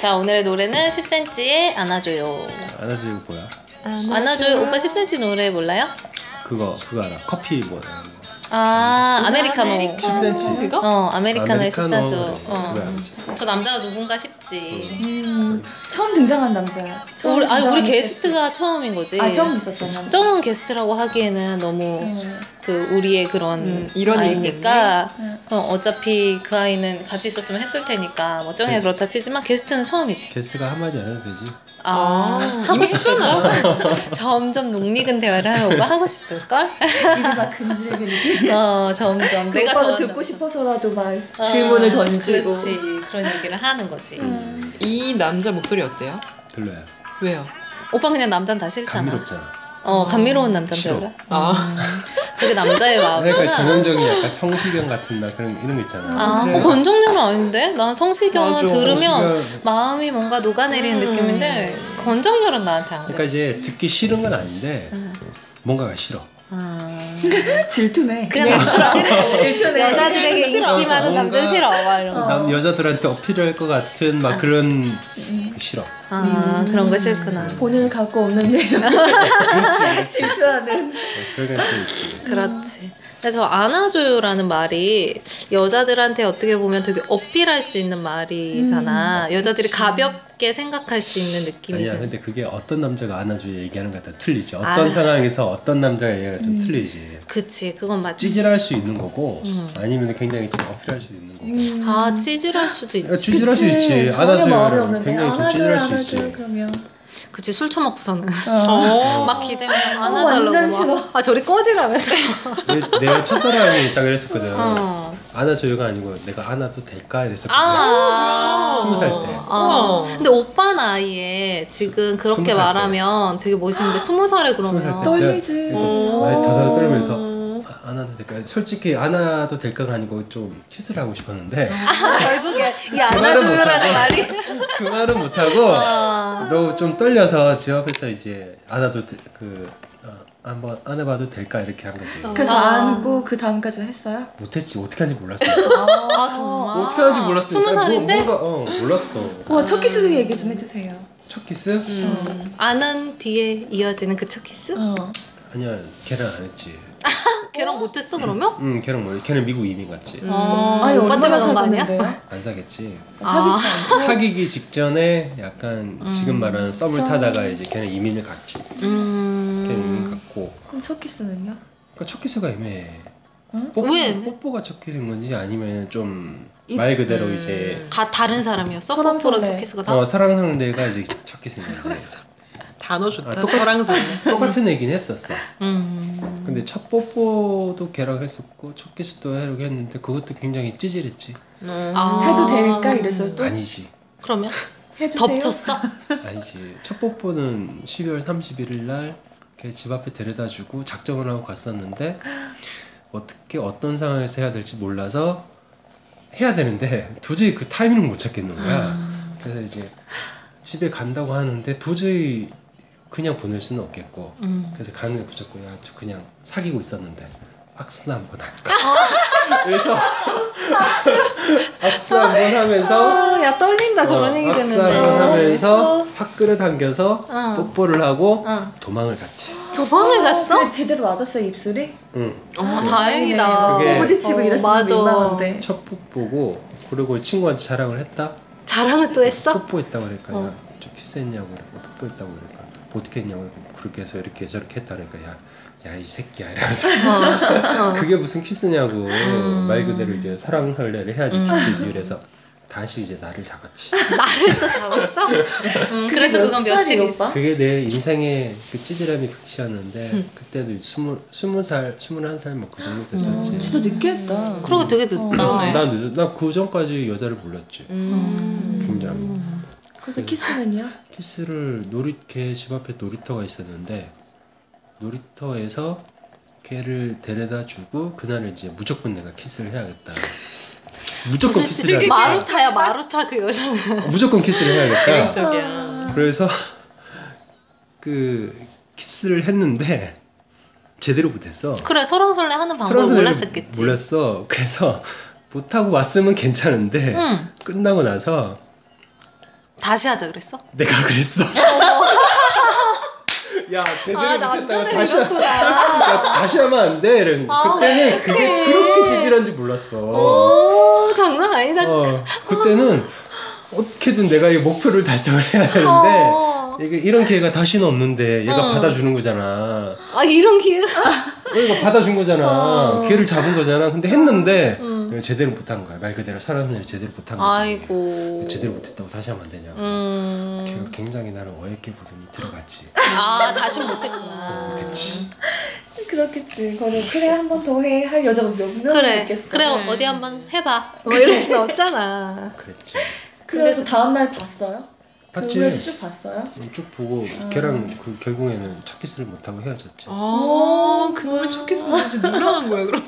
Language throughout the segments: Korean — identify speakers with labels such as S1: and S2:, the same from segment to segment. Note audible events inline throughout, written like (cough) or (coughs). S1: 자 오늘의 노래는 10cm의 안아줘요.
S2: 알아서 이거 뭐야?
S1: 안아줘요. 오빠 10cm 노래 몰라요?
S2: 그거 그거 알아. 커피 뭐 이런 거.
S1: 아 아메리카노.
S2: 10cm.
S1: 어 아메리카노의
S2: 아메리카노
S1: 식사죠.
S2: 그래.
S1: 어.
S2: 그거 알지.
S1: 저 남자가 누군가 싶지.
S3: 네. 음, 처음 등장한 남자야. 처음
S1: 우리 아
S3: 등장한
S1: 우리
S3: 게스트.
S1: 게스트가 처음인 거지.
S3: 아, 처음 네. 있었잖아.
S1: 정은 게스트라고 하기에는 너무 그 우리의 그런
S3: 음,
S4: 이런
S1: 아이니까
S3: 네.
S1: 그럼 어차피 그 아이는 같이 있었으면 했을 테니까 뭐 정이야 그렇다 치지만 게스트는 처음이지.
S2: 게스트가 한마디 안 해도 되지.
S1: 아,
S3: 어,
S1: 하고 싶을걸? 점점 녹익은 대화를 하면 오빠 하고
S3: (laughs)
S1: 싶을걸?
S3: 입이 막 근질근질.
S1: 어 점점
S3: 그
S1: 내가 더
S3: 오빠가 듣고 싶어서라도 막
S1: 어,
S3: 질문을 던지고. 음.
S1: 그렇지 그런 얘기를 하는 거지.
S4: 이 남자 목소리 어때요?
S2: 별로야.
S4: 왜요?
S1: 오빠 그냥 남잔 다 싫잖아.
S2: 감미롭잖아.
S1: 어 감미로운 남잔
S2: 싫어.
S1: 별로.
S4: 아,
S1: 저게 남자의
S2: 그러니까
S1: 마음이구나.
S2: 전형적인 약간 성시경 같은 나 그런 이런 거 있잖아.
S1: 아,
S4: 그래요?
S1: 어, 권정열은 아닌데? 난 성시경은
S4: 맞아,
S1: 들으면
S2: 성시경.
S1: 마음이 뭔가 녹아내리는 느낌인데 권정열은 나한테 안 그래.
S2: 그러니까 이제 듣기 싫은 건 아닌데 뭔가가 싫어.
S1: 아,
S3: 질투네.
S1: 그냥 입술아
S3: 일단은
S1: 여자들에게
S4: 싫어.
S1: 인기 많은 남자는 싫어 아. 막 이런 거.
S2: 남 여자들한테 어필할 것 같은 막 그런 싫어.
S1: 아 그런 거 싫구나.
S3: 본인은 갖고 없는데
S1: (laughs)
S3: 질투하는.
S2: 네, 그런 게좀 있지.
S1: 그렇지. 근데 저 안아줘요라는 말이 여자들한테 어떻게 보면 되게 어필할 수 있는 말이잖아. 여자들이 가볍게 생각할 수 있는 느낌이
S2: 아니야
S1: 드는.
S2: 근데 그게 어떤 남자가 안아줘 얘기하는 거다 틀리지 어떤
S1: 아. 음.
S2: 상황에서 어떤 남자가 얘기가 좀 틀리지
S1: 그치, 그건 맞지.
S2: 찌질할 수 있는 거고
S1: 음.
S2: 아니면 굉장히 좀 어필할 수 있는 거고
S1: 아, 찌질할 수도
S2: 그러니까
S1: 있지.
S2: 찌질할 수 있지 안아줘요 굉장히 좀 찌질할 수
S3: 안아줘요
S2: 있지
S3: 그러면.
S1: 그치, 술 처먹고서는.
S4: 어.
S1: 막 기대면 안아달라고.
S3: 완전
S1: 막.
S3: 싫어.
S1: 아, 저리 꺼지라면서.
S2: 내, 내 첫사랑이 있다 그랬었거든
S1: 어.
S2: 안아줘요가 아니고 내가 안아도 될까 이랬었거든
S1: 아.
S2: 스무 살때
S1: 어.
S4: 어, 우와.
S1: 근데 오빠 나이에 지금
S2: 스무
S1: 그렇게
S2: 살 때.
S1: 말하면 되게 멋있는데 스무 살에
S2: 스무 살때
S1: 그러면
S3: 떨리지.
S2: 나이 다섯 떨면서 아, 안아도 될까 솔직히 안아도 될까가 아니고 좀 키스를 하고
S1: (laughs)
S2: 싶었는데
S1: 아, 결국에 이
S2: 말은
S1: 안아줘요라는 말이
S2: 그 말은 못하고
S1: 아.
S2: 너무 좀 떨려서 집 앞에서 이제 안아도 되- 그 어, 한번 안아봐도 될까 이렇게 한 거지
S3: 그래서
S1: 아.
S3: 안고 그 다음까지 했어요.
S2: 못했지 어떻게 하는지 몰랐어
S1: 아 정말
S2: 어떻게 하는지 몰랐어
S1: 스무
S3: 뭐,
S1: 살인데
S2: 뭔가, 어 몰랐어
S3: 와, 첫 키스 얘기 좀 해주세요.
S2: 첫 키스?
S1: 음. 아는 뒤에 이어지는 그 첫 키스?
S3: 어.
S2: 아니야 걔랑 안 했지
S3: 아,
S1: 걔랑 못했어 그러면?
S2: 응 걔랑 뭐 걔는 미국 이민 갔지
S1: 아,
S3: 음. 아니,
S1: 오빠 때문에
S3: 얼마나
S1: 그런 거 아니야? 아.
S3: 사귀는데요? 아,
S2: 안 사겠지
S3: 사귀지
S2: 사귀기 직전에 약간
S1: 음,
S2: 지금 말하는 썸을
S3: 썸.
S2: 타다가 이제 걔는 이민을 갔지 걔는 이민
S1: 음.
S2: 갔고
S3: 않- 그럼 첫 키스는요?
S2: 그러니까 첫 키스가 애매해
S3: 응?
S2: 뽀뽀,
S1: 어? 왜?
S2: 뽀뽀가 첫 키스인 건지 아니면 좀
S3: 이-
S2: 말 그대로
S1: 음.
S2: 이제
S1: 다 다른 사람이었어?
S3: 서랑
S1: 뽀뽀랑
S3: 설레.
S1: 첫 키스가 다?
S2: 어, 사랑 상대가 이제 첫 키스인 건지
S4: 단어 좋다.
S2: 아, 똑같-
S4: 서랑설레.
S2: 똑같은 애긴 했었어
S1: 음.
S2: 근데 첫 뽀뽀도 걔랑 했었고 첫 키스도 해로 했는데 그것도 굉장히 찌질했지
S1: 아.
S3: 해도 될까? 이래서 또
S2: 아니지
S1: 그러면?
S3: 해주세요.
S1: 덮쳤어?
S2: 아니지 첫 뽀뽀는 12월 31일 날 걔 집 앞에 데려다주고 작정을 하고 갔었는데 어떻게 어떤 상황에서 해야 될지 몰라서 해야 되는데 도저히 그 타이밍을 못 찾겠는 거야 그래서 이제 집에 간다고 하는데 도저히 그냥 보낼 수는 없겠고
S1: 음.
S2: 그래서 간을 붙였고 야, 저 그냥 사귀고 있었는데 악수 나 한번 할까 그래서 (laughs) 악수 한 번 하면서
S3: 아,
S1: 야 떨린다
S2: 어, 악수하고 하면서 확 끌어당겨서
S1: 어.
S2: 뽀뽀를 하고
S1: 어.
S2: 도망을 갔지.
S1: 저 방에 갔어?
S3: 근데 제대로 맞았어요 입술이?
S2: 응.
S1: 어, 다행이다.
S2: 네,
S1: 어,
S2: 그게-
S3: 어, 부딪히고 이랬으면
S1: 맞아.
S3: 민망한데.
S2: 첫 뽀뽀고 그리고 친구한테 자랑을 했다.
S1: 자랑을 또 했어?
S2: 뽀뽀했다고 그러니까
S1: 어.
S2: 야, 저 키스했냐고 그러니까 뽀뽀했다고 그러니까 어떻게 했냐고 그러니까 그렇게 해서 이렇게 저렇게 했다 그러니까 야 야 이 새끼야 이러면서
S1: 어. 어.
S2: (laughs)
S1: 음.
S2: 그게 무슨 키스냐고 말 그대로 이제 사랑 설레를 해야지 키스지 그래서 다시 이제 나를 잡았지.
S1: 나를 또
S3: (laughs)
S1: 잡았어? 음, 그래서
S3: 몇
S1: 그건
S3: 살이에요,
S1: 며칠
S3: 오빠?
S2: 그게 내 인생의 그 찌질함이 극치였는데 그때도 스물 스무 살 스물한 살막그 정도
S3: 어,
S2: 됐었지.
S3: 진짜 느끼했다.
S1: 그러고 되게
S3: 어,
S1: 늦다.
S4: 그러네.
S2: 난그 전까지 여자를 몰랐지.
S4: 음.
S1: 음.
S2: 굉장히
S3: 그래서 키스는요?
S2: 키스를 놀이 걔집 앞에 놀이터가 있었는데 놀이터에서 걔를 데려다 주고 그날은 이제 무조건 내가 키스를 해야겠다. 무조건
S1: 무슨 씨
S2: 키스를 해야겠다.
S1: 마루타야 마루타 그 여자는.
S2: 어, 무조건 키스를 해야겠다.
S4: 저기야.
S2: 그래서 (laughs) 그 키스를 했는데 제대로 못했어.
S1: (laughs) 그래 서랑설레 하는 방법을
S2: 서랑설레를
S1: 뭐 몰랐었겠지.
S2: 몰랐어. 그래서 못하고 왔으면 괜찮은데
S1: 응.
S2: 끝나고 나서
S1: 다시 하자 그랬어?
S2: 내가 그랬어. (laughs) 야 제대로
S1: 아
S2: 못했다.
S1: 남자들
S2: 다시 하-
S1: (laughs) 이렇구나.
S2: 야, 다시 하면 안 돼. 이랬는데
S1: 아,
S2: 그때는
S1: 어떡해.
S2: 그게 그렇게 찌질한지 몰랐어.
S1: 오 장난 아니다.
S2: 어, 그때는 어떻게든 내가 이 목표를 달성을 해야 되는데
S1: 어.
S2: 이게 이런 기회가 다시는 없는데 얘가
S1: 어.
S2: 받아주는 거잖아.
S1: 아 이런 기회가
S2: 얘가 받아준 거잖아.
S1: 어.
S2: 기회를 잡은 거잖아. 근데 했는데
S1: 음.
S2: 얘가 제대로 못한 거야. 말 그대로 사람을 제대로 못한 거지.
S1: 아이고
S2: 제대로 못했다고 다시 하면 안 되냐.
S1: 음.
S2: 걔가 굉장히 나는 어이없게 보더니 들어갔지.
S1: 아 다시 못했구나
S2: 못했지.
S3: (laughs) 그렇겠지. 거는 그래 한 번 더 해 할 여자가 몇 명이나
S1: 그래
S3: 있겠어.
S1: 그래
S4: 네.
S1: 어디 한번 해봐 뭐 이럴 순 없잖아
S2: 그랬지.
S3: 그래서 다음 날 봤어요?
S2: 봤지.
S3: 그 후에도 쭉 봤어요?
S2: 쭉 보고 걔랑
S1: 음.
S2: 그 결국에는 첫 키스를 못하고 헤어졌지.
S4: 아, 그놈의 첫 키스는 진짜 누가 한 거야, 그럼?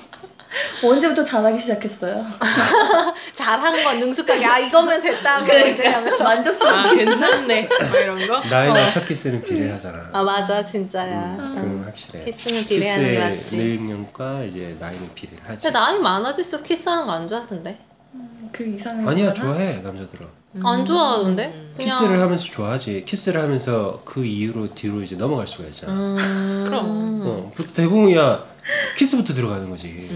S3: 뭐 언제부터
S1: (laughs)
S3: 잘하기 시작했어요?
S1: 잘한 건 능숙하게 아 이거면 됐다 뭐 이제 하면서
S3: 만족스러운
S4: 아, 괜찮네. 막 이런 거?
S2: 나의
S1: 어.
S2: 나첫 키스는 비례하잖아.
S1: 아 맞아 진짜야
S2: 그건 확실해.
S1: 키스는 비례하는 게 맞지.
S2: 능력과 이제 나이는 비례를 하지.
S1: 근데 나이 많아질수록 키스하는 거 안 좋아하던데
S3: 그 이상한
S2: 아니야
S1: 음.
S3: 거구나.
S2: 좋아해 남자들은.
S1: 안 좋아하던데 그냥
S2: 키스를 하면서 좋아하지. 키스를 하면서 그 이후로 뒤로 이제 넘어갈 수가 있잖아.
S1: 음...
S4: 그럼.
S2: 어, 그 대부분이야 키스부터 들어가는 거지.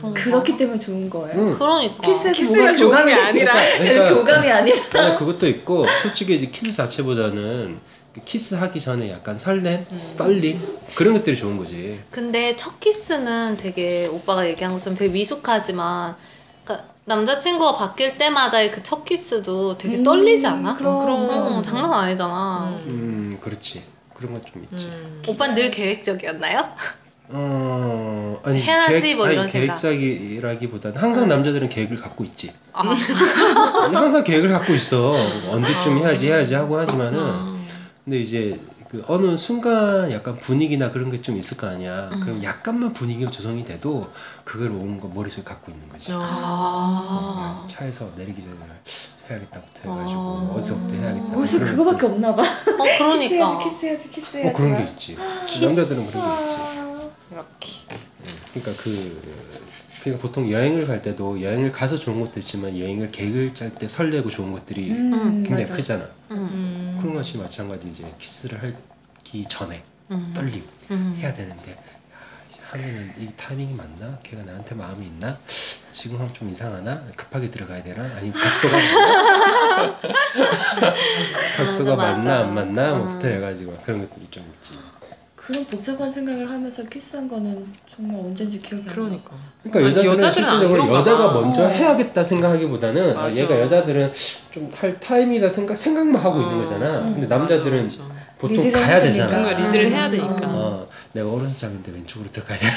S1: 그런가?
S3: 그렇기 때문에 좋은 거예요.
S2: 응.
S1: 그러니까
S3: 키스에서
S4: 키스가
S3: 뭐가
S4: 좋은 게
S3: 교감이-
S4: 아니라.
S3: (laughs)
S2: 그러니까-
S3: 교감이 아니라
S2: 아, 그것도 있고 솔직히 이제 키스 자체보다는 키스하기 전에 약간 설렘,
S1: 음.
S2: 떨림 그런 것들이 좋은 거지.
S1: 근데 첫 키스는 되게 오빠가 얘기한 것처럼 되게 미숙하지만 그러니까 남자친구가 바뀔 때마다의 그 첫 키스도 되게 떨리지 않아?
S3: 음, 그럼.
S1: 어, 장난 아니잖아.
S2: 음, 그렇지. 그런 건 좀 있지.
S4: 음.
S1: 오빠는 늘 계획적이었나요?
S2: 어, 아니
S1: 해야지 뭐 이런
S2: 아니,
S1: 생각. 음.
S2: 계획적이라기보다는 항상 남자들은 계획을 갖고 있지.
S3: 아.
S2: 아니, 항상 계획을 갖고 있어. 언제쯤
S3: 아,
S2: 해야지 해야지 하고 하지만은 근데 이제 그 어느 순간 약간 분위기나 그런 게 좀 있을 거 아니야.
S3: 음.
S2: 그럼 약간만 분위기가 조성이 돼도 그걸 온거 머릿속에 갖고 있는
S4: 음.
S2: 거지.
S4: 어.
S2: 네,
S1: 아.
S2: 차에서 내리기 전에 해야겠다부터 해가지고
S1: 아.
S2: 어디서부터 해야겠다.
S3: 벌써 그거밖에 없나 봐.
S1: 어, 그러니까.
S3: 키스해야지 키스해야지 키스해야지. 아.
S2: 어 그런 게 있지. 남자들은 그런 게 있지.
S1: 이렇게.
S2: 그러니까 그 그러니까 보통 여행을 갈 때도 여행을 가서 좋은 것도 있지만 여행을 계획을 짤 때 설레고 좋은 것들이
S1: 음,
S2: 굉장히 크잖아.
S1: 음,
S2: 그런 것이 마찬가지 이제 키스를 하기 전에
S1: 음.
S2: 떨림
S1: 음.
S2: 해야 되는데 아, 하면은 이 타이밍이 맞나? 걔가 나한테 마음이 있나? 지금 하면 좀 이상하나? 급하게 들어가야 되나? 아니면
S4: (laughs)
S2: 각도가 맞나? 각도가
S1: 맞아,
S2: 맞나
S1: 맞아.
S2: 안 맞나?
S1: 음.
S2: 뭐부터 해가지고 그런 것들이 좀 있지.
S4: 아,
S3: 그런 복잡한 생각을 하면서 키스한 거는 정말 언젠지 기억이 안 나.
S4: 그러니까.
S2: 그러니까
S4: 아니,
S2: 여자들은
S4: 여자들은 안
S2: 실제적으로
S4: 그런가
S2: 여자가
S4: 봐.
S2: 먼저
S3: 어.
S2: 해야겠다 생각하기보다는 아,
S4: 맞아.
S2: 얘가 여자들은 좀 할 타임이다 생각 생각만 하고 있는 거잖아. 근데 남자들은
S4: 음, 맞아, 맞아.
S2: 보통
S3: 리드를
S2: 가야
S3: 해야
S2: 되잖아.
S4: 뭔가
S3: 아.
S4: 리드를 해야 되니까.
S2: 어, 내가 오른쪽인데 왼쪽으로 들어가야 되나?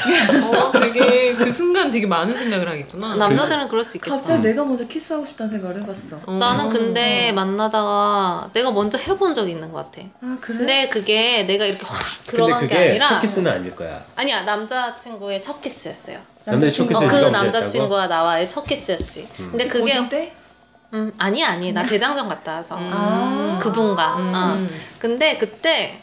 S4: 어, 되게 그 순간 되게 많은 생각을 하겠구나.
S1: 남자들은 그럴 수 있겠다.
S2: 음.
S1: 음.
S3: 갑자기 내가 음. 먼저 키스하고 싶다는 생각을 해봤어.
S4: 어.
S1: 나는 근데 만나다가 내가 먼저 해본 적이 있는 것 같아.
S3: 아 그래?
S1: 근데 그게 내가 이렇게 확 (laughs) 들어간
S2: 근데
S1: 게
S2: 그게
S1: 아니라
S2: 첫 키스는 아닐 거야.
S1: 아니야 남자친구의 첫 키스였어요.
S2: 남자의 첫
S1: 어,
S2: 키스는
S1: 그
S2: 누가 먼저 했다고?
S1: 남자친구와 나와의 첫 키스였지. 근데
S4: 어,
S1: 그게
S3: 뭐 고딩 때?
S1: 음, 아니 아니 나 대장정 갔다 와서
S3: 아.
S1: 그분과.
S4: 음.
S1: 어. 근데 그때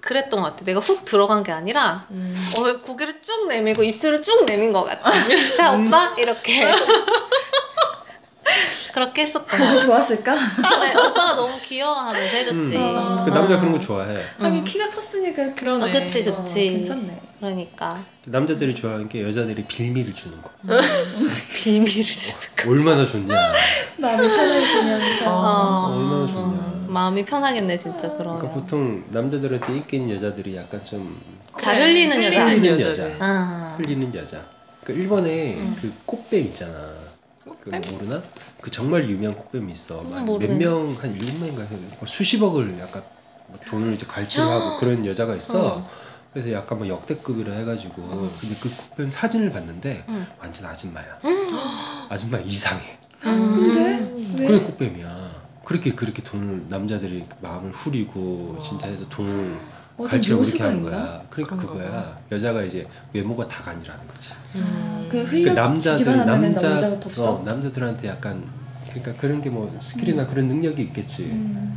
S1: 그랬던 것 같아. 내가 훅 들어간 게 아니라
S4: 음.
S1: 어, 고개를 쭉 내밀고 입술을 쭉 내민 것 같아. 자
S3: 음.
S1: 오빠 이렇게 (laughs) 그렇게 했었던 것 같아.
S3: 너무 좋았을까?
S4: 어.
S1: 근데 오빠가 너무 귀여워하면서 해줬지.
S3: 음.
S2: 그 남자 그런 거 좋아해.
S3: 하긴 키가 컸으니까
S4: 그러네.
S1: 어, 그치
S3: 어,
S1: 그치.
S3: 괜찮네.
S1: 그러니까
S2: 남자들이 좋아하는 게 여자들이 빌미를 주는 거.
S1: 비밀을 주는 거.
S2: 얼마나 좋냐.
S3: 마음이 편해지면서
S2: 어, 얼마나
S1: 어,
S2: 좋냐.
S1: 마음이 편하겠네 진짜 그러면.
S2: 그러니까 보통 남자들한테 인기 있는 여자들이 약간 좀
S1: 잘 흘리는
S3: 네.
S1: 여자.
S2: 흘리는
S4: 네. 여자들.
S2: 여자.
S1: 아.
S2: 흘리는 여자. 그 일본에 그 꽃뱀 있잖아. 그 모르나? 그 정말 유명한 꽃뱀이 있어.
S1: 음, 모르겠네.
S2: 몇 명 한 일곱 명인가 해서 뭐 수십억을 약간 뭐 돈을 이제 갈취하고 그런 여자가 있어. 그래서 약간 뭐 역대급이라 해가지고 근데 그 꽃뱀 사진을 봤는데
S1: 음.
S2: 완전 아줌마야. 아줌마 이상해.
S4: 음.
S3: 근데 왜?
S2: 그래 꽃뱀이야. 그렇게 그렇게 돈을 남자들이 마음을 후리고 진짜 해서 돈을
S3: 어떤
S2: 갈취하고 그렇게
S3: 묘수가
S2: 하는
S3: 있나?
S2: 거야. 그러니까
S4: 그런가
S2: 그거야. 여자가 이제 외모가 다가 아니라는 거지.
S4: 음.
S3: 그
S1: (laughs)
S2: 그
S3: 흘려
S2: 남자들
S3: 지기만 하면
S2: 남자
S3: 남자가 덥어
S2: 어, 남자들한테 약간 그러니까 그런 게 뭐 스킬이나 그런 능력이 있겠지
S3: 음.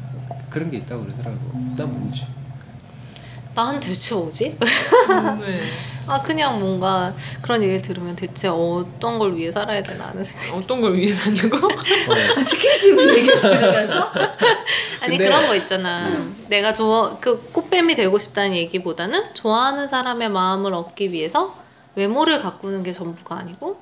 S2: 그런 게 있다고 그러더라고 난 모르지
S1: 난 대체 오지? (laughs)
S4: 네.
S1: 아 그냥 뭔가 그런 얘기를 들으면 대체 어떤 걸 위해 살아야 되나 하는 생각.
S4: 어떤 걸 위해 사냐고?
S2: 어,
S3: 꽂히는 아, 얘기 들으면서
S1: 아니
S2: 근데-
S1: 그런 거 있잖아. 내가 좋아 그 꽃뱀이 되고 싶다는 얘기보다는 좋아하는 사람의 마음을 얻기 위해서 외모를 가꾸는 게 전부가 아니고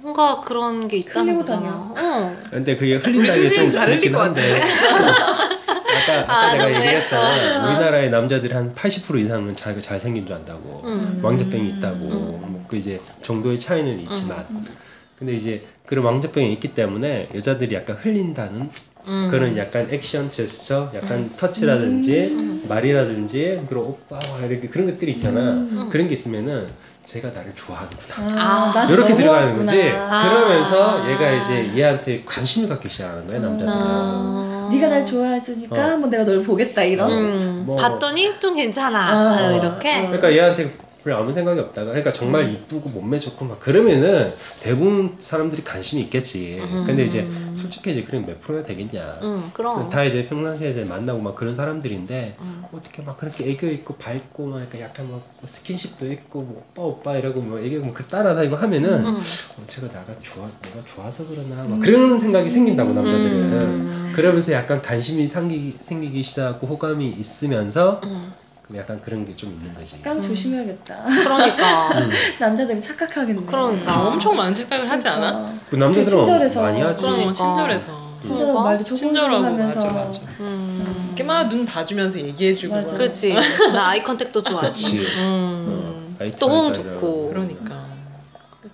S1: 뭔가 그런 게 있다는
S3: 흘리고
S1: 거잖아. 어.
S2: 근데 그게
S4: 우리
S2: 흘린다는
S4: 승진
S2: 게좀
S4: 잘 흘릴 것 같아.
S2: (laughs) 아까, 아까
S1: 아,
S2: 내가
S1: 정말?
S2: 얘기했잖아.
S1: 어.
S2: 우리나라의 남자들이 한 80% 이상은 자기가 잘생긴 줄 안다고.
S1: 음.
S2: 왕자병이 있다고. 뭐그 이제 정도의 차이는 있지만. 근데 이제 그런 왕자병이 있기 때문에 여자들이 약간 흘린다는
S1: 음.
S2: 그런 약간 액션 제스처, 약간 터치라든지 말이라든지 그런 오빠 와 이렇게 그런 것들이 있잖아.
S1: 음.
S2: 그런 게 있으면은 제가 나를 좋아하는구나.
S1: 아,
S3: 난
S2: 이렇게
S3: 너무
S2: 들어가는 거지.
S3: 하구나.
S2: 그러면서
S1: 아.
S2: 얘가 이제 얘한테 관심을 갖기 시작하는 거야 남자들은.
S3: 음.
S1: 아.
S3: 네가 날 좋아해주니까
S2: 어.
S3: 뭐 내가 널 보겠다 이런
S1: 음.
S2: 뭐-
S1: 봤더니 좀 괜찮아.
S3: 아.
S1: 아유, 음. 이렇게.
S2: 그러니까 얘한테 별로 아무 생각이 없다가 그러니까 정말 이쁘고 몸매 좋고 막 그러면은 대부분 사람들이 관심이 있겠지. 근데 이제 솔직히 이제 그럼 몇 프로나 되겠냐.
S1: 음, 그럼.
S2: 다 이제 평상시에 이제 만나고 막 그런 사람들인데
S1: 음.
S2: 어떻게 막 그렇게 애교 있고 밝고 막 약간 약간 막 스킨십도 있고 뭐 오빠 오빠 이러고 뭐 애교 뭐그 따라다니고 하면은
S1: 음.
S2: 어, 제가 나가 좋아 내가 좋아서 그러나 막 그런 생각이 생긴다고 남자들은
S1: 음.
S2: 음. 그러면서 약간 관심이 생기기, 생기기 시작하고 호감이 있으면서
S1: 음.
S2: 그럼 약간 그런 게 좀 있는 거지.
S3: 깡 조심해야겠다 (laughs)
S1: 그러니까.
S2: 음.
S3: 남자들이 착각하겠네
S1: 그러니까.
S4: 엄청 많은 착각을 하지 않아?
S3: 어,
S2: 그 남자들은
S3: 되게 친절해서.
S2: 많이 하지.
S1: 그러니까.
S4: 어, 친절해서.
S3: 친절하고 말도
S4: 친절하고
S3: 조심하면서
S4: 맞아 맞아.
S1: 음.
S4: 이렇게 막 눈 봐주면서 얘기해주고. 그러니까.
S3: 맞아.
S4: 막.
S1: 그렇지. 나 아이 컨택도 좋아하지.
S2: 그치.
S1: 음.
S2: 어, 아이템
S1: 또 호응
S2: 따라.
S1: 좋고.
S4: 그러니까. 어.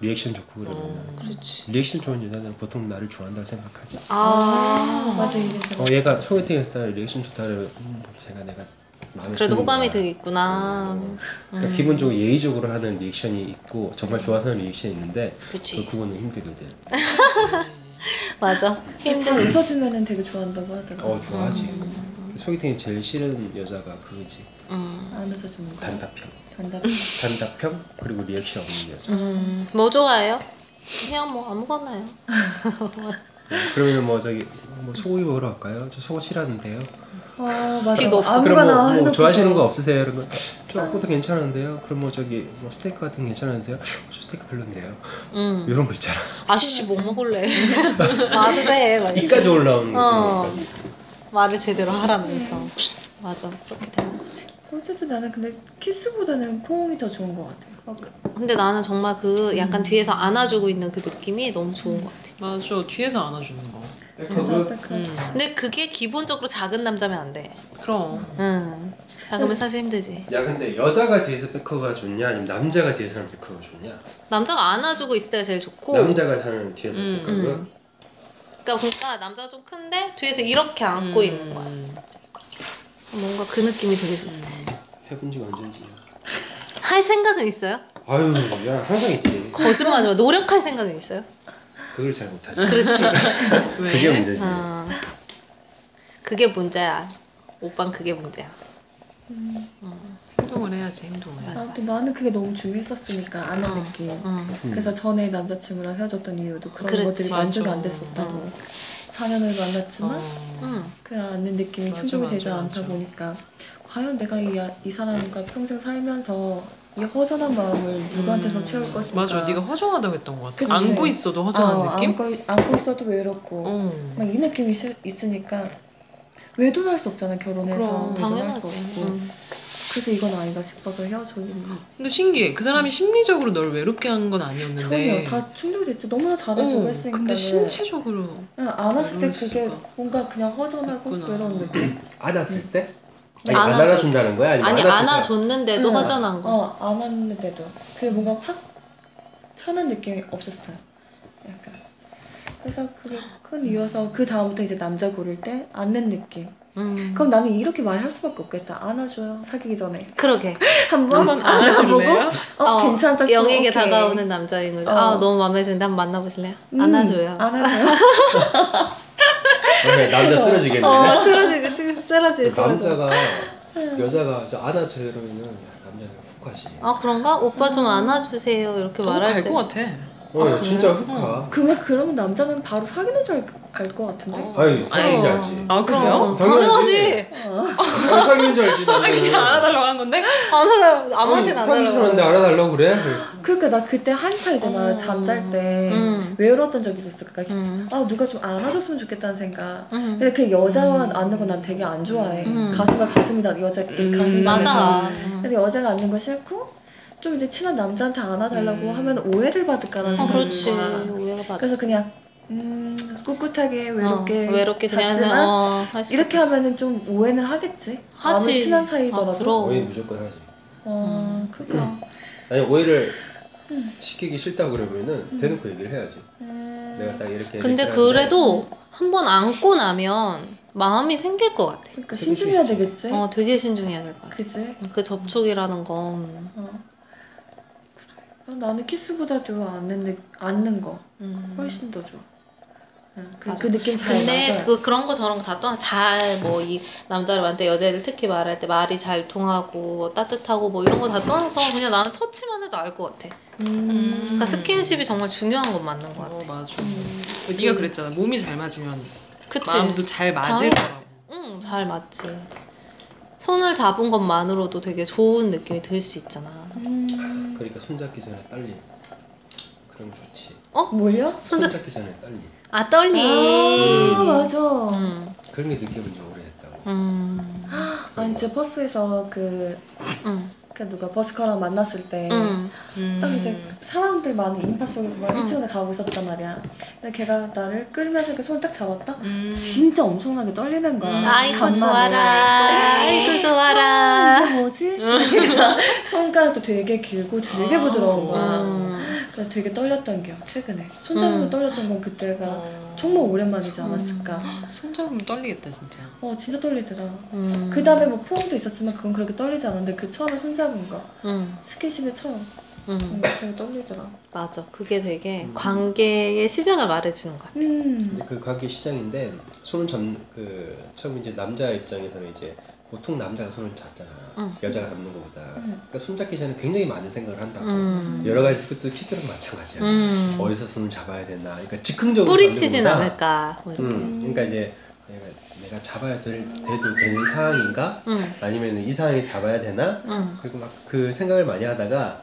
S2: 리액션 좋고 그러면
S1: 그렇지.
S2: 리액션 좋은 여자는 보통 나를 좋아한다고 생각하지.
S1: 아.
S3: 아, 맞아 이래서
S2: 어 얘가 소개팅에서 나 리액션 좋다를 음, 제가 내가 마음에
S1: 그래도
S2: 드는
S1: 호감이 아,
S2: 거야.
S1: 되게 있구나.
S2: 음, 그러니까 기본적으로 예의적으로 하는 리액션이 있고 정말 좋아서 하는 리액션이 있는데
S1: 그치.
S2: 그 구분은 힘들거든.
S1: 맞아.
S3: 잘
S1: 힘들지.
S3: 웃어주면 되게 좋아한다고 하더라고
S2: 어 좋아하지. 소개팅이 제일 싫은 여자가 그거지.
S1: 음.
S3: 안 웃어주는 거
S2: 단답형.
S3: 단답 어,
S2: 단답형 그리고 리액션 없는 여자.
S1: 음. 뭐 좋아해요? 그냥 뭐 아무거나요.
S2: 그러면 뭐 저기 뭐 소고기 먹으러 갈까요? 저 소고 싫어하는데요.
S3: 아 맞아
S1: 지가 없어.
S2: 그럼 뭐,
S3: 아무거나
S2: 뭐
S3: 해놓고서.
S2: 좋아하시는 거 없으세요? 이런 거. 저 아무것도 괜찮은데요. 그럼 뭐 저기 뭐 스테이크 같은 거 괜찮으세요? 저 스테이크 별론데요.
S1: 음.
S2: 이런 거 있잖아.
S1: 아씨 못 먹을래. (laughs) 말을 해. 막 이렇게.
S2: 이까지 올라오는 거.
S1: 어.
S2: 그러니까.
S1: 말을 제대로 하라면서. 맞아. 그렇게 되는 거지.
S3: 어쨌든 나는 근데 키스보다는 포옹이 더 좋은 것 같아. 어,
S2: 어,
S3: 막
S2: 그,
S1: 근데 나는 정말 그 약간 뒤에서 안아주고 있는 그 느낌이 너무 좋은 것 같아.
S4: 맞아. 뒤에서 안아주는 거.
S3: 감사 백화.
S4: 음.
S1: 근데 그게 기본적으로 작은 남자면 안 돼.
S4: 그럼.
S1: 응. 작으면
S3: 음.
S1: 사실 힘들지.
S2: 야 근데 여자가 뒤에서 백허가 좋냐 아니면 남자가 뒤에서 하는 백허가 좋냐?
S1: 남자가 안아주고 있을 때가 제일 좋고.
S2: 남자가 하는 뒤에서
S4: 음,
S2: 백허가
S1: 그러니까 보니까 남자가 좀 큰데 뒤에서 이렇게
S3: 음.
S1: 안고 있는 거야.
S4: 음.
S1: 뭔가 그 느낌이 되게 좋지.
S3: 음.
S2: 해본 지가 언제인지.
S1: 할 생각은 있어요?
S2: 아유 야 항상 있지.
S1: 거짓말하지 마. 노력할 생각은 있어요?
S2: 그걸 잘 못하지.
S1: 그렇지.
S3: (laughs)
S4: 왜?
S2: 그게 문제지.
S1: 어. 그게 문제야. 오빤 그게 문제야.
S4: 행동을 해야지 행동을.
S3: 아무튼 나는 그게 너무 중요했었으니까 아는 느낌.
S1: 응.
S3: 그래서 전에 남자친구랑 헤어졌던 이유도 그런
S1: 그렇지.
S3: 것들이 만족이 안
S4: 맞아.
S3: 됐었다고. 4년을 만났지만
S4: 어.
S1: 응.
S3: 그 아는 느낌이
S4: 맞아,
S3: 충족이
S4: 맞아,
S3: 되지 않다
S4: 맞아.
S3: 보니까 과연 내가 이, 아- 이 사람과 평생 살면서 이 허전한 마음을 누구한테서 채울 것인가.
S4: 맞아. 네가 허전하다고 했던 것 같아.
S3: 그치.
S4: 안고 있어도 허전한
S3: 어,
S4: 느낌?
S3: 안고, 안고 있어도 외롭고.
S4: 어.
S3: 막 이 느낌이 있, 있으니까 외도할 수 없잖아 결혼해서
S4: 그럼, 음.
S3: 외도할 수
S1: 당연하지.
S3: 없고
S1: 응.
S3: 그래서 이건 아니다 싶어서 헤어져요
S4: 근데 신기해. 그 사람이 심리적으로 널 외롭게 한 건 아니었는데.
S3: 처음이야 다 충족됐지 너무나 잘해주고
S4: 어,
S3: 했으니까
S4: 근데 신체적으로
S3: 안았을 때
S4: 그럴
S3: 그게
S4: 수가.
S3: 뭔가 그냥 허전하고
S4: 있구나.
S3: 외로운 느낌
S2: 안았을 때? 아니
S1: 안아줘.
S2: 안 안아준다는 거야? 아니면
S1: 아니
S2: 안았을 때?
S1: 안아줬는데도
S3: 응.
S1: 허전한 거.
S3: 어 안았는데도 그게 뭔가 확 차는 느낌이 없었어요 약간 그래서 그게 큰 이유여서 그 다음부터 이제 남자 고를 때 안는 느낌
S1: 음.
S3: 그럼 나는 이렇게 말할 수밖에 없겠다 안아줘요 사귀기 전에 (laughs)
S1: 그러게.
S3: 한번
S4: 한번 음, 안아줄래요?
S3: 어, 괜찮다 싶어.
S1: 영에게
S3: 오케이.
S1: 다가오는 남자인 거죠.
S3: 어.
S1: 아 너무 마음에 드는데 한번 만나보실래요?
S3: 음,
S1: 안아줘요.
S3: 안아줘요.
S1: (laughs)
S2: 어, 남자 쓰러지겠네. 그
S1: 어 쓰러지지 쓰- 쓰러지지 쓰러져.
S2: 남자가 여자가 저 안아줘요 이러면은 남자는 혹하지.
S1: 아 그런가? 오빠 아, 좀 안아주세요 이렇게
S4: 너무
S1: 말할 때.
S4: (laughs) 갈것 같아.
S2: 어 어,
S1: 아,
S2: 진짜
S1: 그래요?
S2: 흑화.
S3: 그러면 그런 남자는 바로 사귀는 줄 알 것 같은데.
S4: 어.
S2: 아니, 사귀는지
S1: 어.
S2: 알지.
S4: 아 그죠?
S1: 어, 당연하지.
S2: 당연하지. 사귀는지 알지.
S4: 아 그냥 알아달라고 한 건데?
S1: 안 하라 아무한테나 안
S2: 사귀는 사람인데
S1: 하라고.
S2: 알아달라고 그래? 그래.
S3: 그러니까 나 그때 한참 이제 나
S4: 어.
S3: 잠잘 때
S1: 음.
S3: 외로웠던 적이 있었어. 그러니까
S1: 음.
S3: 아 누가 좀 안아줬으면 좋겠다는 생각.
S1: 음.
S3: 근데 그 여자와 앉는 건 난 되게 안 좋아해.
S1: 음.
S3: 가슴과 가슴이다 여자
S4: 음,
S3: 가슴
S1: 맞아. 음.
S3: 그래서 여자가 앉는 거 싫고 좀 이제 친한 남자한테 안아달라고
S4: 음.
S3: 하면 오해를 받을까라는
S1: 어,
S3: 생각이
S1: 그렇지.
S3: 드는 거야.
S1: 오해가 받.
S3: 그래서 그냥 음 꿋꿋하게 외롭게
S1: 어, 외롭게 그냥
S3: 잤지만
S1: 어, 할 수밖에
S3: 이렇게
S1: 없어.
S3: 하면은 좀 오해는 하겠지.
S1: 하지.
S3: 아무리 친한
S1: 아,
S3: 사이더라도.
S1: 그럼. 음.
S2: 오해 무조건 하지.
S3: 어, 그거.
S2: 아니, 오해를 시키기 싫다고 그러면은 대놓고 얘기를 해야지.
S3: 음.
S2: 내가 딱 이렇게.
S1: 근데
S2: 이렇게 하는데
S1: 그래도 한 번 안고 나면 마음이 생길 것 같아.
S3: 그러니까 신중해야 되겠지.
S1: 어, 되게 신중해야 될 것 같아.
S3: 그지.
S1: 그 접촉이라는 건
S3: 어. 그래. 나는 키스보다도 안는 안는 거
S1: 음.
S3: 훨씬 더 좋아. 응, 그,
S1: 맞아.
S3: 그 느낌 잘
S1: 근데
S3: 맞아.
S1: 그 그런 거 저런 거 다 떠나 잘뭐 이 남자들한테 여자애들 특히 말할 때 말이 잘 통하고 뭐 따뜻하고 뭐 이런 거 다 떠나서 그냥 나는 터치만 해도 알 것 같아.
S3: 음.
S1: 그러니까 스킨십이 정말 중요한 건 맞는 것
S4: 어
S1: 같아.
S4: 맞아. 네가 그랬잖아. 몸이 잘 맞으면
S1: 음. 그치?
S4: 마음도 잘 맞을
S1: 당연하지.
S4: 거라고.
S1: 응, 잘 맞지. 손을 잡은 것만으로도 되게 좋은 느낌이 들 수 있잖아.
S3: 음.
S2: 그러니까 손잡기 전에 딸림. 그럼 좋지.
S3: 뭘요?
S1: 손잡
S2: 손잡기 전에 딸림.
S1: 아 떨림.
S3: 아 맞아.
S1: 음,
S2: 그런 게 느껴본 지 오래됐다고.
S1: 음,
S3: 아니 진짜 버스에서 그,
S1: 음,
S3: 그 누가 버스커랑 만났을 때.
S1: 음,
S4: 음.
S3: 딱 이제 사람들 많은 인파 속에 막
S1: 음.
S3: 1층에 가고 있었단 말이야. 근데 걔가 나를 끌면서 이렇게 손을 딱 잡았다.
S4: 음.
S3: 진짜 엄청나게 떨리는 거야.
S4: 음.
S1: 아이고
S3: 간만에.
S1: 좋아라. 아이고 좋아라.
S3: 이거 뭐지? 걔가 손가락도 되게 (laughs) 길고 되게
S4: 아.
S3: 부드러운 거야.
S1: 음,
S3: 그래서 되게 떨렸던 기억 최근에 손잡으면
S1: 음.
S3: 떨렸던 건 그때가
S4: 어.
S3: 정말 오랜만이지 않았을까.
S4: 손잡으면 떨리겠다 진짜.
S3: 어 진짜 떨리더라.
S1: 음.
S3: 그 다음에 뭐 포옹도 있었지만 그건 그렇게 떨리지 않았는데 그 처음에 손잡은 거
S1: 음,
S3: 스킨십의 처음
S1: 음,
S3: 되게 떨리더라.
S1: 맞아. 그게 되게 관계의 시작을 말해주는 것 같아.
S3: 음.
S1: 네.
S2: 근데 그 가게 시장인데 손을 잡그 처음 이제 남자 입장에서는 이제 보통 남자가 손을 잡잖아
S1: 응.
S2: 여자가 잡는 것보다
S3: 응.
S2: 그러니까 손 잡기 전에 굉장히 많은 생각을 한다고
S1: 음.
S2: 여러 가지 그것도 키스랑 마찬가지야
S1: 음.
S2: 어디서 손을 잡아야 되나 그러니까 즉흥적으로
S1: 뿌리치진
S2: 잡는 것보다,
S1: 않을까. 뭐 이렇게.
S2: 음, 그러니까 이제 내가, 내가 잡아야 될, 돼도 되는 상황인가
S1: 음,
S2: 아니면 이 상황에 잡아야 되나
S1: 음,
S2: 그리고 막 그 생각을 많이 하다가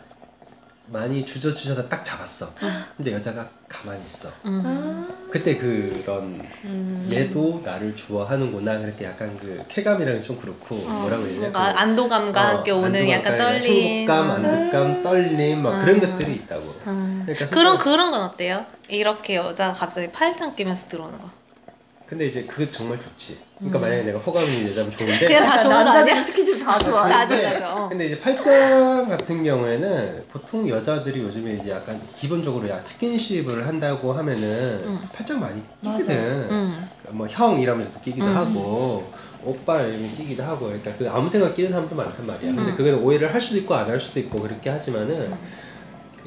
S2: 많이 주저주저다 딱 잡았어 근데 여자가 가만히 있어
S1: 음.
S3: 아.
S2: 그때 그런
S4: 음.
S2: 얘도 나를 좋아하는구나 그렇게 약간 그 쾌감이랑 좀 그렇고
S1: 어,
S2: 아. 뭐라고 해야 되나
S1: 뭔가 안도감과
S2: 어,
S1: 함께 오는
S2: 안도감,
S1: 약간
S2: 약간
S1: 떨림.
S2: 행복감,
S1: 음.
S2: 안도감, 떨림 막 그런
S1: 음.
S2: 것들이 있다고
S1: 음.
S2: 그러니까
S1: 그런
S2: 손가락-
S1: 그런 건 어때요? 이렇게 여자가 갑자기 팔짱 끼면서 들어오는 거.
S2: 네. 근데 이제 그게 정말 좋지 그러니까 만약에 내가 호감이 있는 여자면
S1: 음.
S2: 좋은데
S1: 그냥 다 좋은 거
S3: 남자들
S1: 아니야?
S3: 스킨십 다 좋아.
S1: 다 좋아,
S2: 근데-
S1: 다 좋아. 어.
S2: 근데 이제 팔짱 같은 경우에는 보통 여자들이 요즘에 이제 약간 기본적으로 야 스킨십을 한다고 하면은
S1: 음.
S2: 팔짱 많이
S3: 맞아.
S2: 끼거든
S1: 음.
S2: 뭐 형 이러면서 끼기도
S1: 음.
S2: 하고 오빠 이러면서 끼기도 하고 그러니까 그 아무 생각 끼는 사람도 많단 말이야. 근데
S1: 음.
S2: 그게 오해를 할 수도 있고 안 할 수도 있고 그렇게 하지만은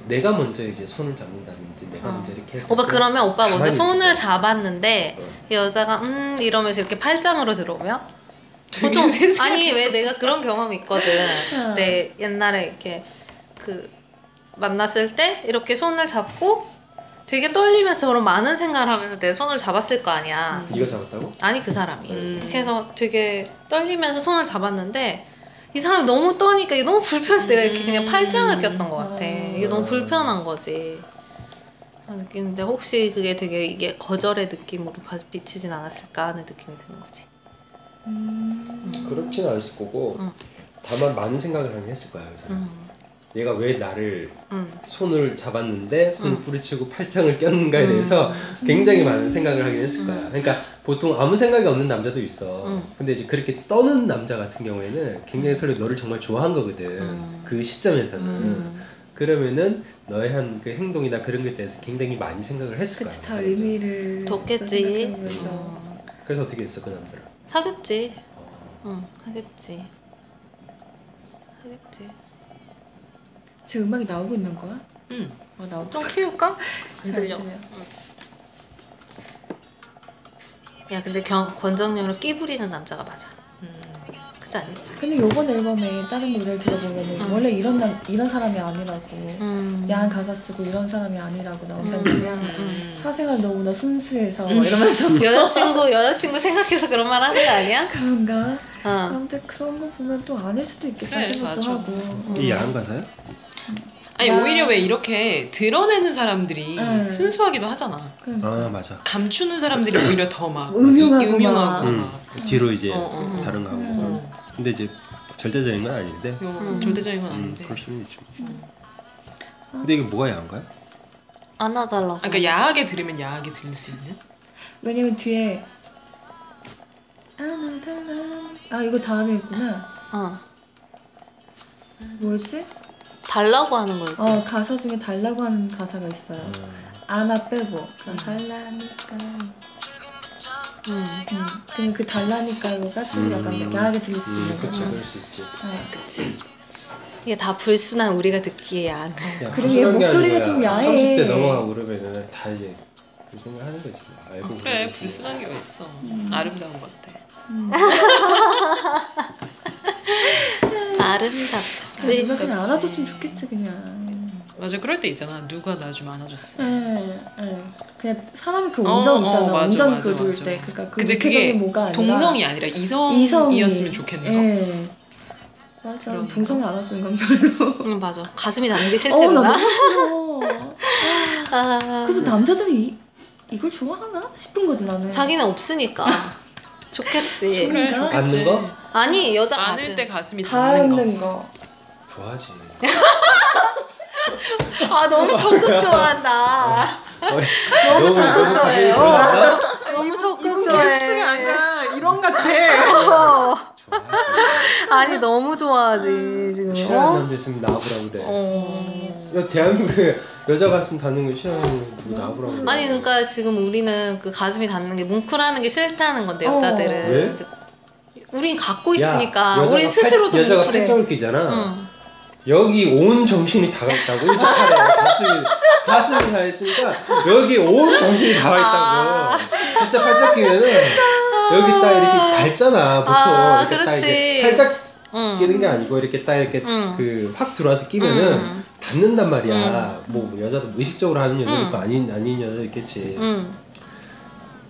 S2: 내가 먼저 이제 손을 잡는다든지 내가
S1: 어.
S2: 먼저 이렇게 했을
S1: 오빠
S2: 때
S1: 그러면 오빠 먼저
S2: 가만히
S1: 손을
S2: 있을
S1: 잡았는데
S2: 때. 어.
S1: 이 여자가 음 이러면서 이렇게 팔짱으로 들어오면
S4: 되게 (laughs)
S1: 보통
S4: 세상에.
S1: 아니 왜 내가 그런 경험이 있거든.
S3: 어.
S1: 그때 옛날에 이렇게 그 만났을 때 이렇게 손을 잡고 되게 떨리면서 그런 많은 생각을 하면서 내 손을 잡았을 거 아니야.
S2: 네가 잡았다고?
S1: 아니 그 사람이
S4: 음.
S1: 그래서 되게 떨리면서 손을 잡았는데 이 사람이 너무 떠니까 이게 너무 불편해서 내가 이렇게 그냥
S4: 음.
S1: 팔짱을 꼈던 것 같아 이게 너무 불편한 거지 그런 느끼는데 혹시 그게 되게 이게 거절의 느낌으로 봐- 비치진 않았을까 하는 느낌이 드는 거지
S3: 음.
S2: 그렇지는 않았을 거고
S1: 음.
S2: 다만 많은 생각을 하긴 했을 거야 그 사람.
S1: 음,
S2: 얘가 왜 나를
S1: 음,
S2: 손을 잡았는데 손을
S1: 음.
S2: 뿌리치고 팔짱을 꼈는가에 대해서 굉장히 많은 생각을 하긴 했을 거야. 그러니까 보통 아무 생각이 없는 남자도 있어.
S1: 음.
S2: 근데 이제 그렇게 떠는 남자 같은 경우에는 굉장히 서로 너를 정말 좋아한 거거든.
S1: 음.
S2: 그 시점에서는.
S1: 음.
S2: 그러면은 너의 한 그 행동이나 그런 것에 대해서 굉장히 많이 생각을 했을 거야.
S3: 그치 다 의미를
S1: 뒀겠지
S3: 생각해보면서.
S1: 음,
S2: 그래서 어떻게 했어 그 남자를?
S1: 사귀었지
S2: 어.
S1: 응 사귀었지 사귀었지
S3: 지금 음악이 나오고 있는 거야?
S4: 응.
S3: 아 나오고
S1: 좀 키울까? 안 들려
S3: 들려요.
S1: 야 근데 경, 권정열은 끼부리는 남자가 맞아
S4: 음.
S1: 그렇지 않니?
S3: 근데 요번 앨범에 다른 노래를 들어보면
S4: 아.
S3: 은 원래 이런 남, 이런 사람이 아니라고
S1: 음.
S3: 야한 가사 쓰고 이런 사람이 아니라고 나온다면 그냥
S4: 음.
S3: 사생활 너무나 순수해서 막 이러면서 (laughs)
S1: 여자친구 여자친구 생각해서 그런 말 하는 거 아니야?
S3: 그런가?
S1: 어.
S3: 그런데 그런 거 보면 또 안 했을 수도 있겠다
S4: 그래,
S3: 생각도
S4: 아. 네, 맞아.
S3: 하고
S2: 이 야한 가사요?
S4: 아니
S3: 나- 음.
S4: 오히려 왜 이렇게 드러내는 사람들이
S3: 응.
S4: 순수하기도 하잖아.
S3: 그러니까
S2: 아 맞아.
S4: 감추는
S3: (coughs)
S4: 사람들이 오히려 더막
S3: 음흉하고
S4: 음흉하고
S3: 막. 음.
S2: 음,
S4: 막.
S2: 뒤로 이제
S4: 어, 어, 어.
S2: 다른 거 하고.
S4: 어.
S2: 근데 이제 절대적인 건 아닌데.
S4: 이거 뭐
S1: 음.
S4: 절대적인 건
S2: 음,
S4: 아닌데.
S2: 그럴 수는 있죠. 근데 이게 뭐가 야한가요?
S1: 안 하달라고.
S4: 아, 그러니까 야하게 들으면 야하게 들을 수 있는.
S3: 왜냐면 뒤에 아나달라아 이거 다음에 있구나
S1: 어.
S3: 뭐였지?
S1: 달라고 하는 거지.
S3: 어 가사 중에 달라고 하는 가사가 있어요
S4: 음.
S3: 아나 빼고 난 달라니까
S1: 음.
S3: 음, 그냥 그 달라니까요가 좀
S2: 음.
S3: 약간 야하게 들릴 수도
S1: 음,
S3: 있는
S2: 그치,
S3: 거죠
S2: 그럴 수 있지.
S3: 네.
S1: 그치. 이게 다 불순한 우리가 듣기에 야한 거.
S2: 그냥 단순한 게
S3: 그리고 얘 목소리가
S2: 아니라
S3: 좀 야해.
S2: 30대 넘어가고 그러면은 다 이제 그 생각하는 거지. 알고
S4: 그래
S2: 보면은.
S4: 불순한 게 어딨어.
S3: 음.
S4: 아름다운 것 같아.
S1: 아름답지.
S3: 그냥 누가 그냥 안아줬으면 좋겠지 그냥
S4: 맞아 그럴 때 있잖아. 누가 나 좀 안아줬어.
S3: 예, 예. 그냥 사람이 그
S4: 어,
S3: 온전
S4: 어,
S3: 있잖아
S4: 맞아,
S3: 온전
S4: 맞아,
S3: 그줄
S4: 맞아.
S3: 때 그러니까 그
S4: 근데 그게
S3: 육체적인 뭐가 아니라
S4: 동성이 아니라
S3: 이성이.
S4: 이성이었으면 좋겠는 거. 그러니까.
S3: 예. 맞아
S4: 그런
S3: 동성이 안아주는 건 별로
S1: 응 음, 맞아. 가슴이 남는 게
S3: (laughs) 어우 나
S1: 싫대구나.
S3: 너무 싫어
S1: 아,
S3: 그래서 남자들이 이, 이걸 좋아하나 싶은 거지 나는
S1: 자기는 없으니까 좋겠지.
S4: 그래
S3: 그러니까.
S4: 좋겠지.
S2: 받는 거?
S1: 아니 여자
S4: 안을
S1: 가슴.
S4: 때 가슴이 닿는 거.
S3: 닿는 거
S4: (laughs)
S2: 좋아하지.
S1: 아 너무 적극 좋아한다.
S2: 너무
S1: 적극 좋아해요.
S2: 어, 좋아한다?
S1: (laughs) 너무 적극
S4: 게스트가
S1: 좋아해. 어.
S4: 아니라
S1: (laughs)
S4: 이런 같아.
S2: 좋아하지.
S1: 아니 너무 좋아하지 지금.
S2: 싫어하는
S1: 어?
S2: 남자 있으면 나보라고 그래.
S1: 어.
S2: 야, 대한민국에 그 여자 가슴 닿는 거 싫어하는 거 나보라고 그래.
S1: 아니 그러니까 지금 우리는 그 가슴이 닿는 게 뭉클하는 게 싫다는 건데
S3: 어.
S1: 여자들은.
S2: 왜?
S1: 이제 우린 갖고
S2: 야,
S1: 그러니까 있으니까
S2: 여자가
S1: 우리
S2: 팔-
S1: 스스로도
S2: 여자가
S1: 뭉클해.
S2: 팔짱을 끼잖아.
S1: 응.
S2: 여기 온 정신이 다가 있다고 이렇게 하래 가슴이 가슴이 다 있으니까 여기 온 정신이 다가
S1: 아.
S2: 있다고 진짜 팔짝 끼면은 여기 딱 이렇게 닳잖아 보통
S1: 아,
S2: 이렇게 딱
S1: 그렇지. 음.
S2: 이제 살짝
S1: 응.
S2: 끼는 게 아니고 이렇게 딱 이렇게
S1: 응.
S2: 그 확 들어와서 끼면은
S1: 응.
S2: 닿는단
S1: 음.
S2: 말이야 뭐뭐 여자도 뭐 의식적으로 하는 여자도
S1: 응.
S2: 있고 아닌 아닌 여자도 있겠지
S1: 응.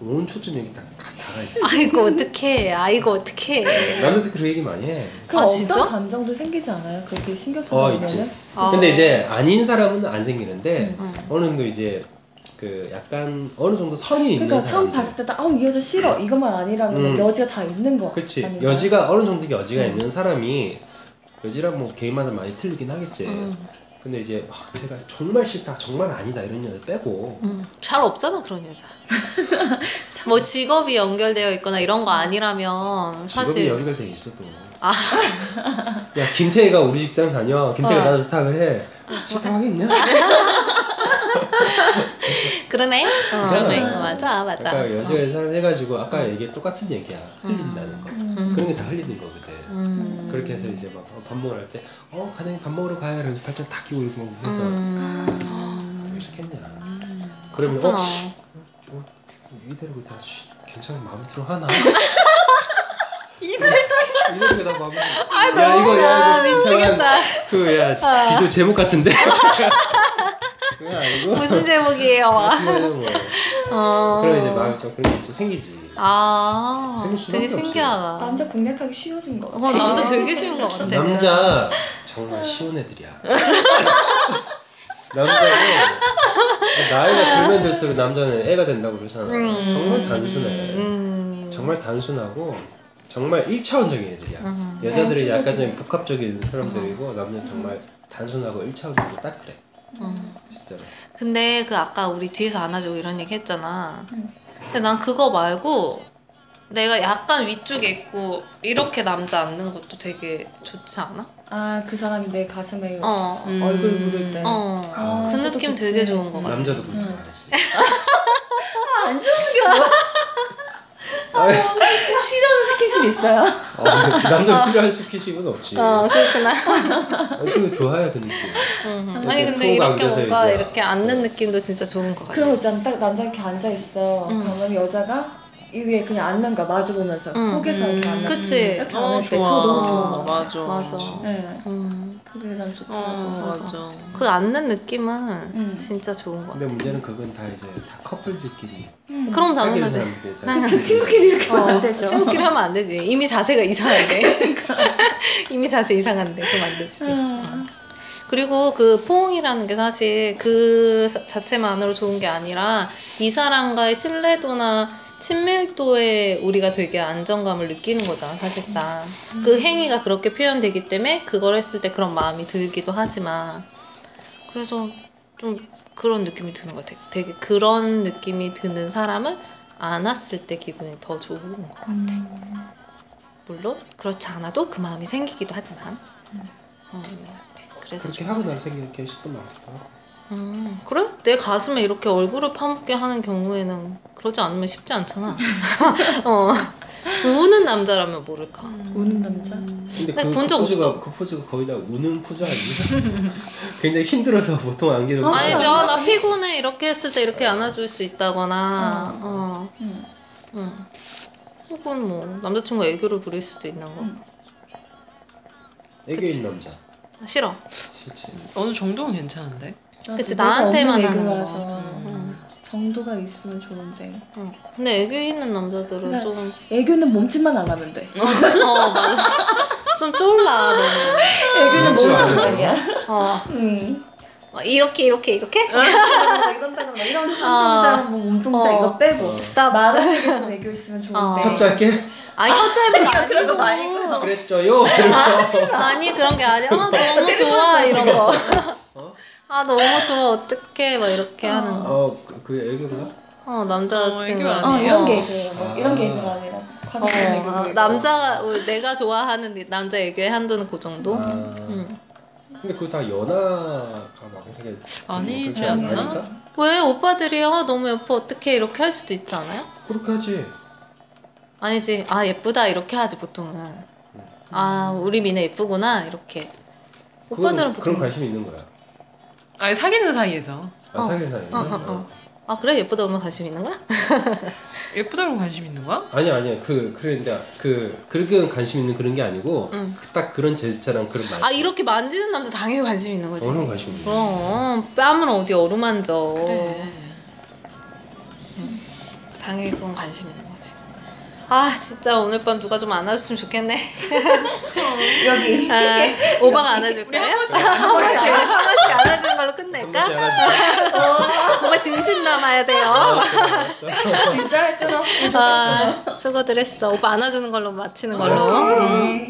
S2: 온 초점이 여기 딱 다가 있어
S1: 아이고 어떡해 아이고 어떡해
S2: 남자들 그런 얘기 많이 해
S3: 그럼
S1: 아, 진짜?
S3: 어떤 감정도 생기지 않아요? 그렇게 신경
S2: 어
S3: 쓰면
S2: 있지.
S1: 아.
S2: 근데 이제 아닌 사람은 안 생기는데
S1: 음.
S2: 어느 정도 이제 그 약간 어느 정도 선이 있는
S3: 그러니까 처음
S2: 사람들.
S3: 봤을 때딱 아우 이 여자 싫어 이것만 아니라는
S2: 음.
S3: 여지가 다 있는 거
S2: 그렇지.
S3: 아닌가요?
S2: 여지가 어느 정도 여지가 있는 사람이 여지랑 뭐 개인마다 많이 틀리긴 하겠지.
S1: 음.
S2: 근데 이제 아, 제가 정말 싫다, 정말 아니다 이런 여자 빼고
S1: 음, 잘 없잖아 그런 여자 뭐 직업이 연결되어 있거나 이런 거 아니라면
S2: 직업이
S1: 사실
S2: 연결돼 있어도.
S1: 아.
S2: 야 김태희가 우리 직장 다녀. 김태희
S1: 어.
S2: 나도 스탁을 해. 스탁 하겠냐?
S1: 그러네 어,
S2: 그잖아.
S1: 어, 맞아 맞아 어.
S2: 아까 여지가 있는 사람 그러니까 해가지고 아까 얘기 똑같은 얘기야. 흘린다는 거. 그런 게 다 흘리는 거거든.
S1: 음.
S2: 그렇게 해서 이제 막 밥 먹으러 갈 때, 어, 과장님 밥 먹으러 가요. 이러면서 팔짱 다 끼고 이렇게 막 해서,
S1: 음.
S2: 왜 싫겠냐. 그러면,
S1: 그렇구나.
S2: 어, 어, 이대로 다 씨, 괜찮은 마음에 들어
S1: (laughs)
S2: 하나? (laughs) 이대로 다 마음에 들어. 야, 이거,
S1: 아
S2: 야, 이거 진짜
S1: 미치겠다 어.
S2: 그, 야, 비디오 제목
S1: (laughs)
S2: 같은데? 그건 아니고.
S1: 무슨 제목이에요 와.
S2: 그거는 뭐.
S1: 어.
S2: (laughs) 그럼 이제 마음이 좀 그런 게 있지, 생기지.
S1: 아
S2: 생길 수밖에
S1: 되게
S2: 없어요.
S1: 신기하다
S3: 남자 아, 공략하기 쉬워진 거
S1: 어, 남자 되게 쉬운 것 같아
S2: 남자 정말 쉬운 애들이야. 남자는 나이가 들면 들수록 남자는 애가 된다고 그러잖아.
S1: 음.
S2: 정말 단순해.
S1: 음.
S2: 정말 단순하고 정말 1차원적인 애들이야.
S1: 음.
S3: 네,
S2: 여자들이 약간 좀 복합적인 사람들이고 남자는 정말 단순하고 1차원적이고 딱 그래.
S1: 음.
S2: 진짜로.
S1: 근데 그 아까 우리 뒤에서 안아주고 뭐 이런 얘기 했잖아.
S3: 응.
S1: 근데 난 그거 말고 내가 약간 위쪽에 있고 이렇게 남자 앉는 것도 되게 좋지 않아?
S3: 아그 사람이 내 가슴에
S1: 어.
S4: 음.
S3: 얼굴 묻을 때
S1: 어.
S3: 아,
S1: 그
S3: 그것도
S1: 느낌
S3: 좋지.
S1: 되게 좋은 것 같아.
S2: 남자도 그렇게
S3: 음.
S2: 말하지.
S3: 아, 안 좋은
S2: 아니,
S3: 게 (laughs) 싫어하는 스킨십 있어요?
S2: 어, 남자를 싫어할 시키시고는 없지.
S1: 어, 그렇구나.
S2: 그래도 좋아요 그 느낌.
S1: 음.
S2: 되게
S1: 아니 근데 이렇게
S2: 프로가 앉아서
S1: 뭔가
S2: 이제- 어. 네.
S1: 이렇게 앉는 느낌도 진짜 좋은 것 같아.
S3: 그런 거 있잖아 딱 남자 이렇게 앉아 있어
S1: 음.
S3: 그러면 여자가 이 위에 그냥 앉는 거야 마주보면서
S1: 응.
S3: 혹에서 이렇게 앉는 거.
S1: 음. 그치.
S3: 이렇게
S4: 어,
S3: 앉을 때
S4: 좋아.
S3: 그거 너무 좋은 거 같아
S4: 맞아.
S1: 맞아.
S3: 네,
S1: 음,
S3: 그게 난 좋더라고
S4: 어,
S1: 맞아.
S4: 맞아.
S1: 그 앉는 느낌은
S3: 응.
S1: 진짜 좋은 것 같아.
S2: 근데 문제는 그건 다 이제 다 커플들끼리
S3: 음.
S1: 그럼
S2: 사귀는
S1: 당연하지.
S2: 사람들이 다
S1: 당연하지.
S3: 친구끼리 이렇게 하면
S1: 어,
S3: 안 되죠 그러니까.
S1: 친구끼리 하면 안 되지. 이미 자세가
S3: (laughs)
S1: 이상한데. (laughs) 이미 자세 이상한데. 그럼 안 되지.
S3: 음.
S1: 그리고 그 포옹이라는 게 사실 그 사- 자체만으로 좋은 게 아니라 이 사람과의 신뢰도나 친밀도에 우리가 되게 안정감을 느끼는 거잖아, 사실상. 그 행위가 그렇게 표현되기 때문에 그걸 했을 때 그런 마음이 들기도 하지만. 그래서 좀 그런 느낌이 드는 것 같아. 되게 그런 느낌이 드는 사람을 안았을 때 기분이 더 좋은 것 같아. 물론 그렇지 않아도 그 마음이 생기기도 하지만. 어, 있는 것 같아. 그래서
S2: 그렇게
S1: 좋은
S2: 하고
S1: 거지.
S2: 나서 생기는 게 훨씬 더 많다.
S1: 음, 그래? 내 가슴에 이렇게 얼굴을 파묻게 하는 경우에는 그러지 않으면 쉽지 않잖아. (laughs) 어. 우는 남자라면 모를까.
S3: 우는 남자
S2: 근데
S1: 나
S2: 그,
S1: 본적
S2: 그 포즈가
S1: 없어.
S2: 그 포즈가 거의 다 우는 포즈 아니야?
S1: (laughs)
S2: 굉장히 힘들어서 보통 안 기르고
S1: 아니,
S3: 아니죠.
S1: 저, 나 피곤해. 이렇게 했을 때 이렇게 안아줄 수 있다거나, 어,
S3: 음.
S1: 음. 혹은 뭐, 남자친구 애교를 부릴 수도 있는 거.
S3: 음.
S1: 그치.
S2: 애교인 남자
S1: 아, 싫어.
S2: 싫지.
S4: 어느 정도는 괜찮은데.
S1: 그치,
S3: 내가
S1: 나한테만
S3: 없는
S1: 하는
S3: 애교라서
S1: 음.
S3: 정도가 있으면 좋은데
S1: 어. 근데 애교 있는 남자들은
S3: 나-
S1: 좀,
S3: 애교는 몸짓만 안 하면 돼
S1: 어, 맞아. (laughs) 좀 쫄라, 너무.
S3: 애교는
S2: 진짜 안
S3: 몸짓만
S2: 해.
S3: 아니야
S1: 어,
S3: 응
S1: 막 이렇게, 이렇게, 이렇게?
S3: 음. 이런다거나 막 이런 손동작 뭐 몸동작
S1: 어.
S3: 이거 빼고
S1: 스탑.
S3: 말하는 게좀 애교 있으면
S1: 어.
S3: 좋은데
S2: 혀 짧게
S1: 아니, 혀 짧은
S3: (laughs) 그런
S1: 거
S3: 거 많이
S1: 아니고.
S2: 그랬죠요.
S1: 아니 그런 게 아니라
S2: (laughs)
S1: 아, 너무 좋아 이런 거. (laughs) 아 너무 좋아 어떡해 막 이렇게 하는 거.
S2: 어그 그 애교가
S1: 어
S4: 어,
S1: 남자친구
S4: 애교 아니에요?
S3: 아
S1: 어.
S3: 이런 게 애교예요 막 이런 게 애교가 아니라
S1: 어,
S3: 과도한 애교가
S1: 아,
S3: 있고.
S1: 남자 우리 내가 좋아하는 남자 애교의 한도는 그 정도.
S2: 아.
S1: 음.
S2: 근데 그거 다 연하가 막 되게
S4: 아니지
S2: 그렇지 않-
S4: 않나?
S2: 아닌가?
S1: 왜 오빠들이 아 너무 예뻐 어떡해 이렇게 할 수도 있지 않아요?
S2: 그렇게 하지.
S1: 아니지 아 예쁘다 이렇게 하지 보통은. 아 우리 미네 예쁘구나 이렇게. 오빠들은
S2: 그건- 그런
S1: 보통
S2: 관심 이 있는 거야.
S4: 아니 사귀는 사이에서
S2: 아
S1: 어.
S2: 사귀는 사이.
S1: 어, 어, 어. 아 그래 예쁘다 오면 관심 있는 거야?
S4: 예쁘다고 관심 있는 거야?
S2: 아니 아니야 그 그런데 그 그렇게 관심 있는 그런 게 아니고
S1: 응.
S2: 그딱 그런 제스처랑 그런 말.
S1: 아 이렇게 만지는 남자 당연히 관심 있는 거지.
S2: 어느 관심 있는. 거야.
S1: 그럼 뺨을 어디 어루만져
S4: 그래.
S1: 당연히 그건 관심 있는 거지 아 진짜 오늘 밤 누가 좀 안아줬으면 좋겠네 (laughs)
S3: 여기
S1: 아, 오빠가 안아줄까요? 한 번씩 한 번씩 안아주는 걸로
S2: 한 번씩
S1: 끝낼까? (laughs)
S2: 알아줘.
S1: 오빠 진심 담아야 돼요
S3: 진짜 했더라
S1: 아, 수고들 했어 오빠 안아주는 걸로 마치는 걸로
S3: 어.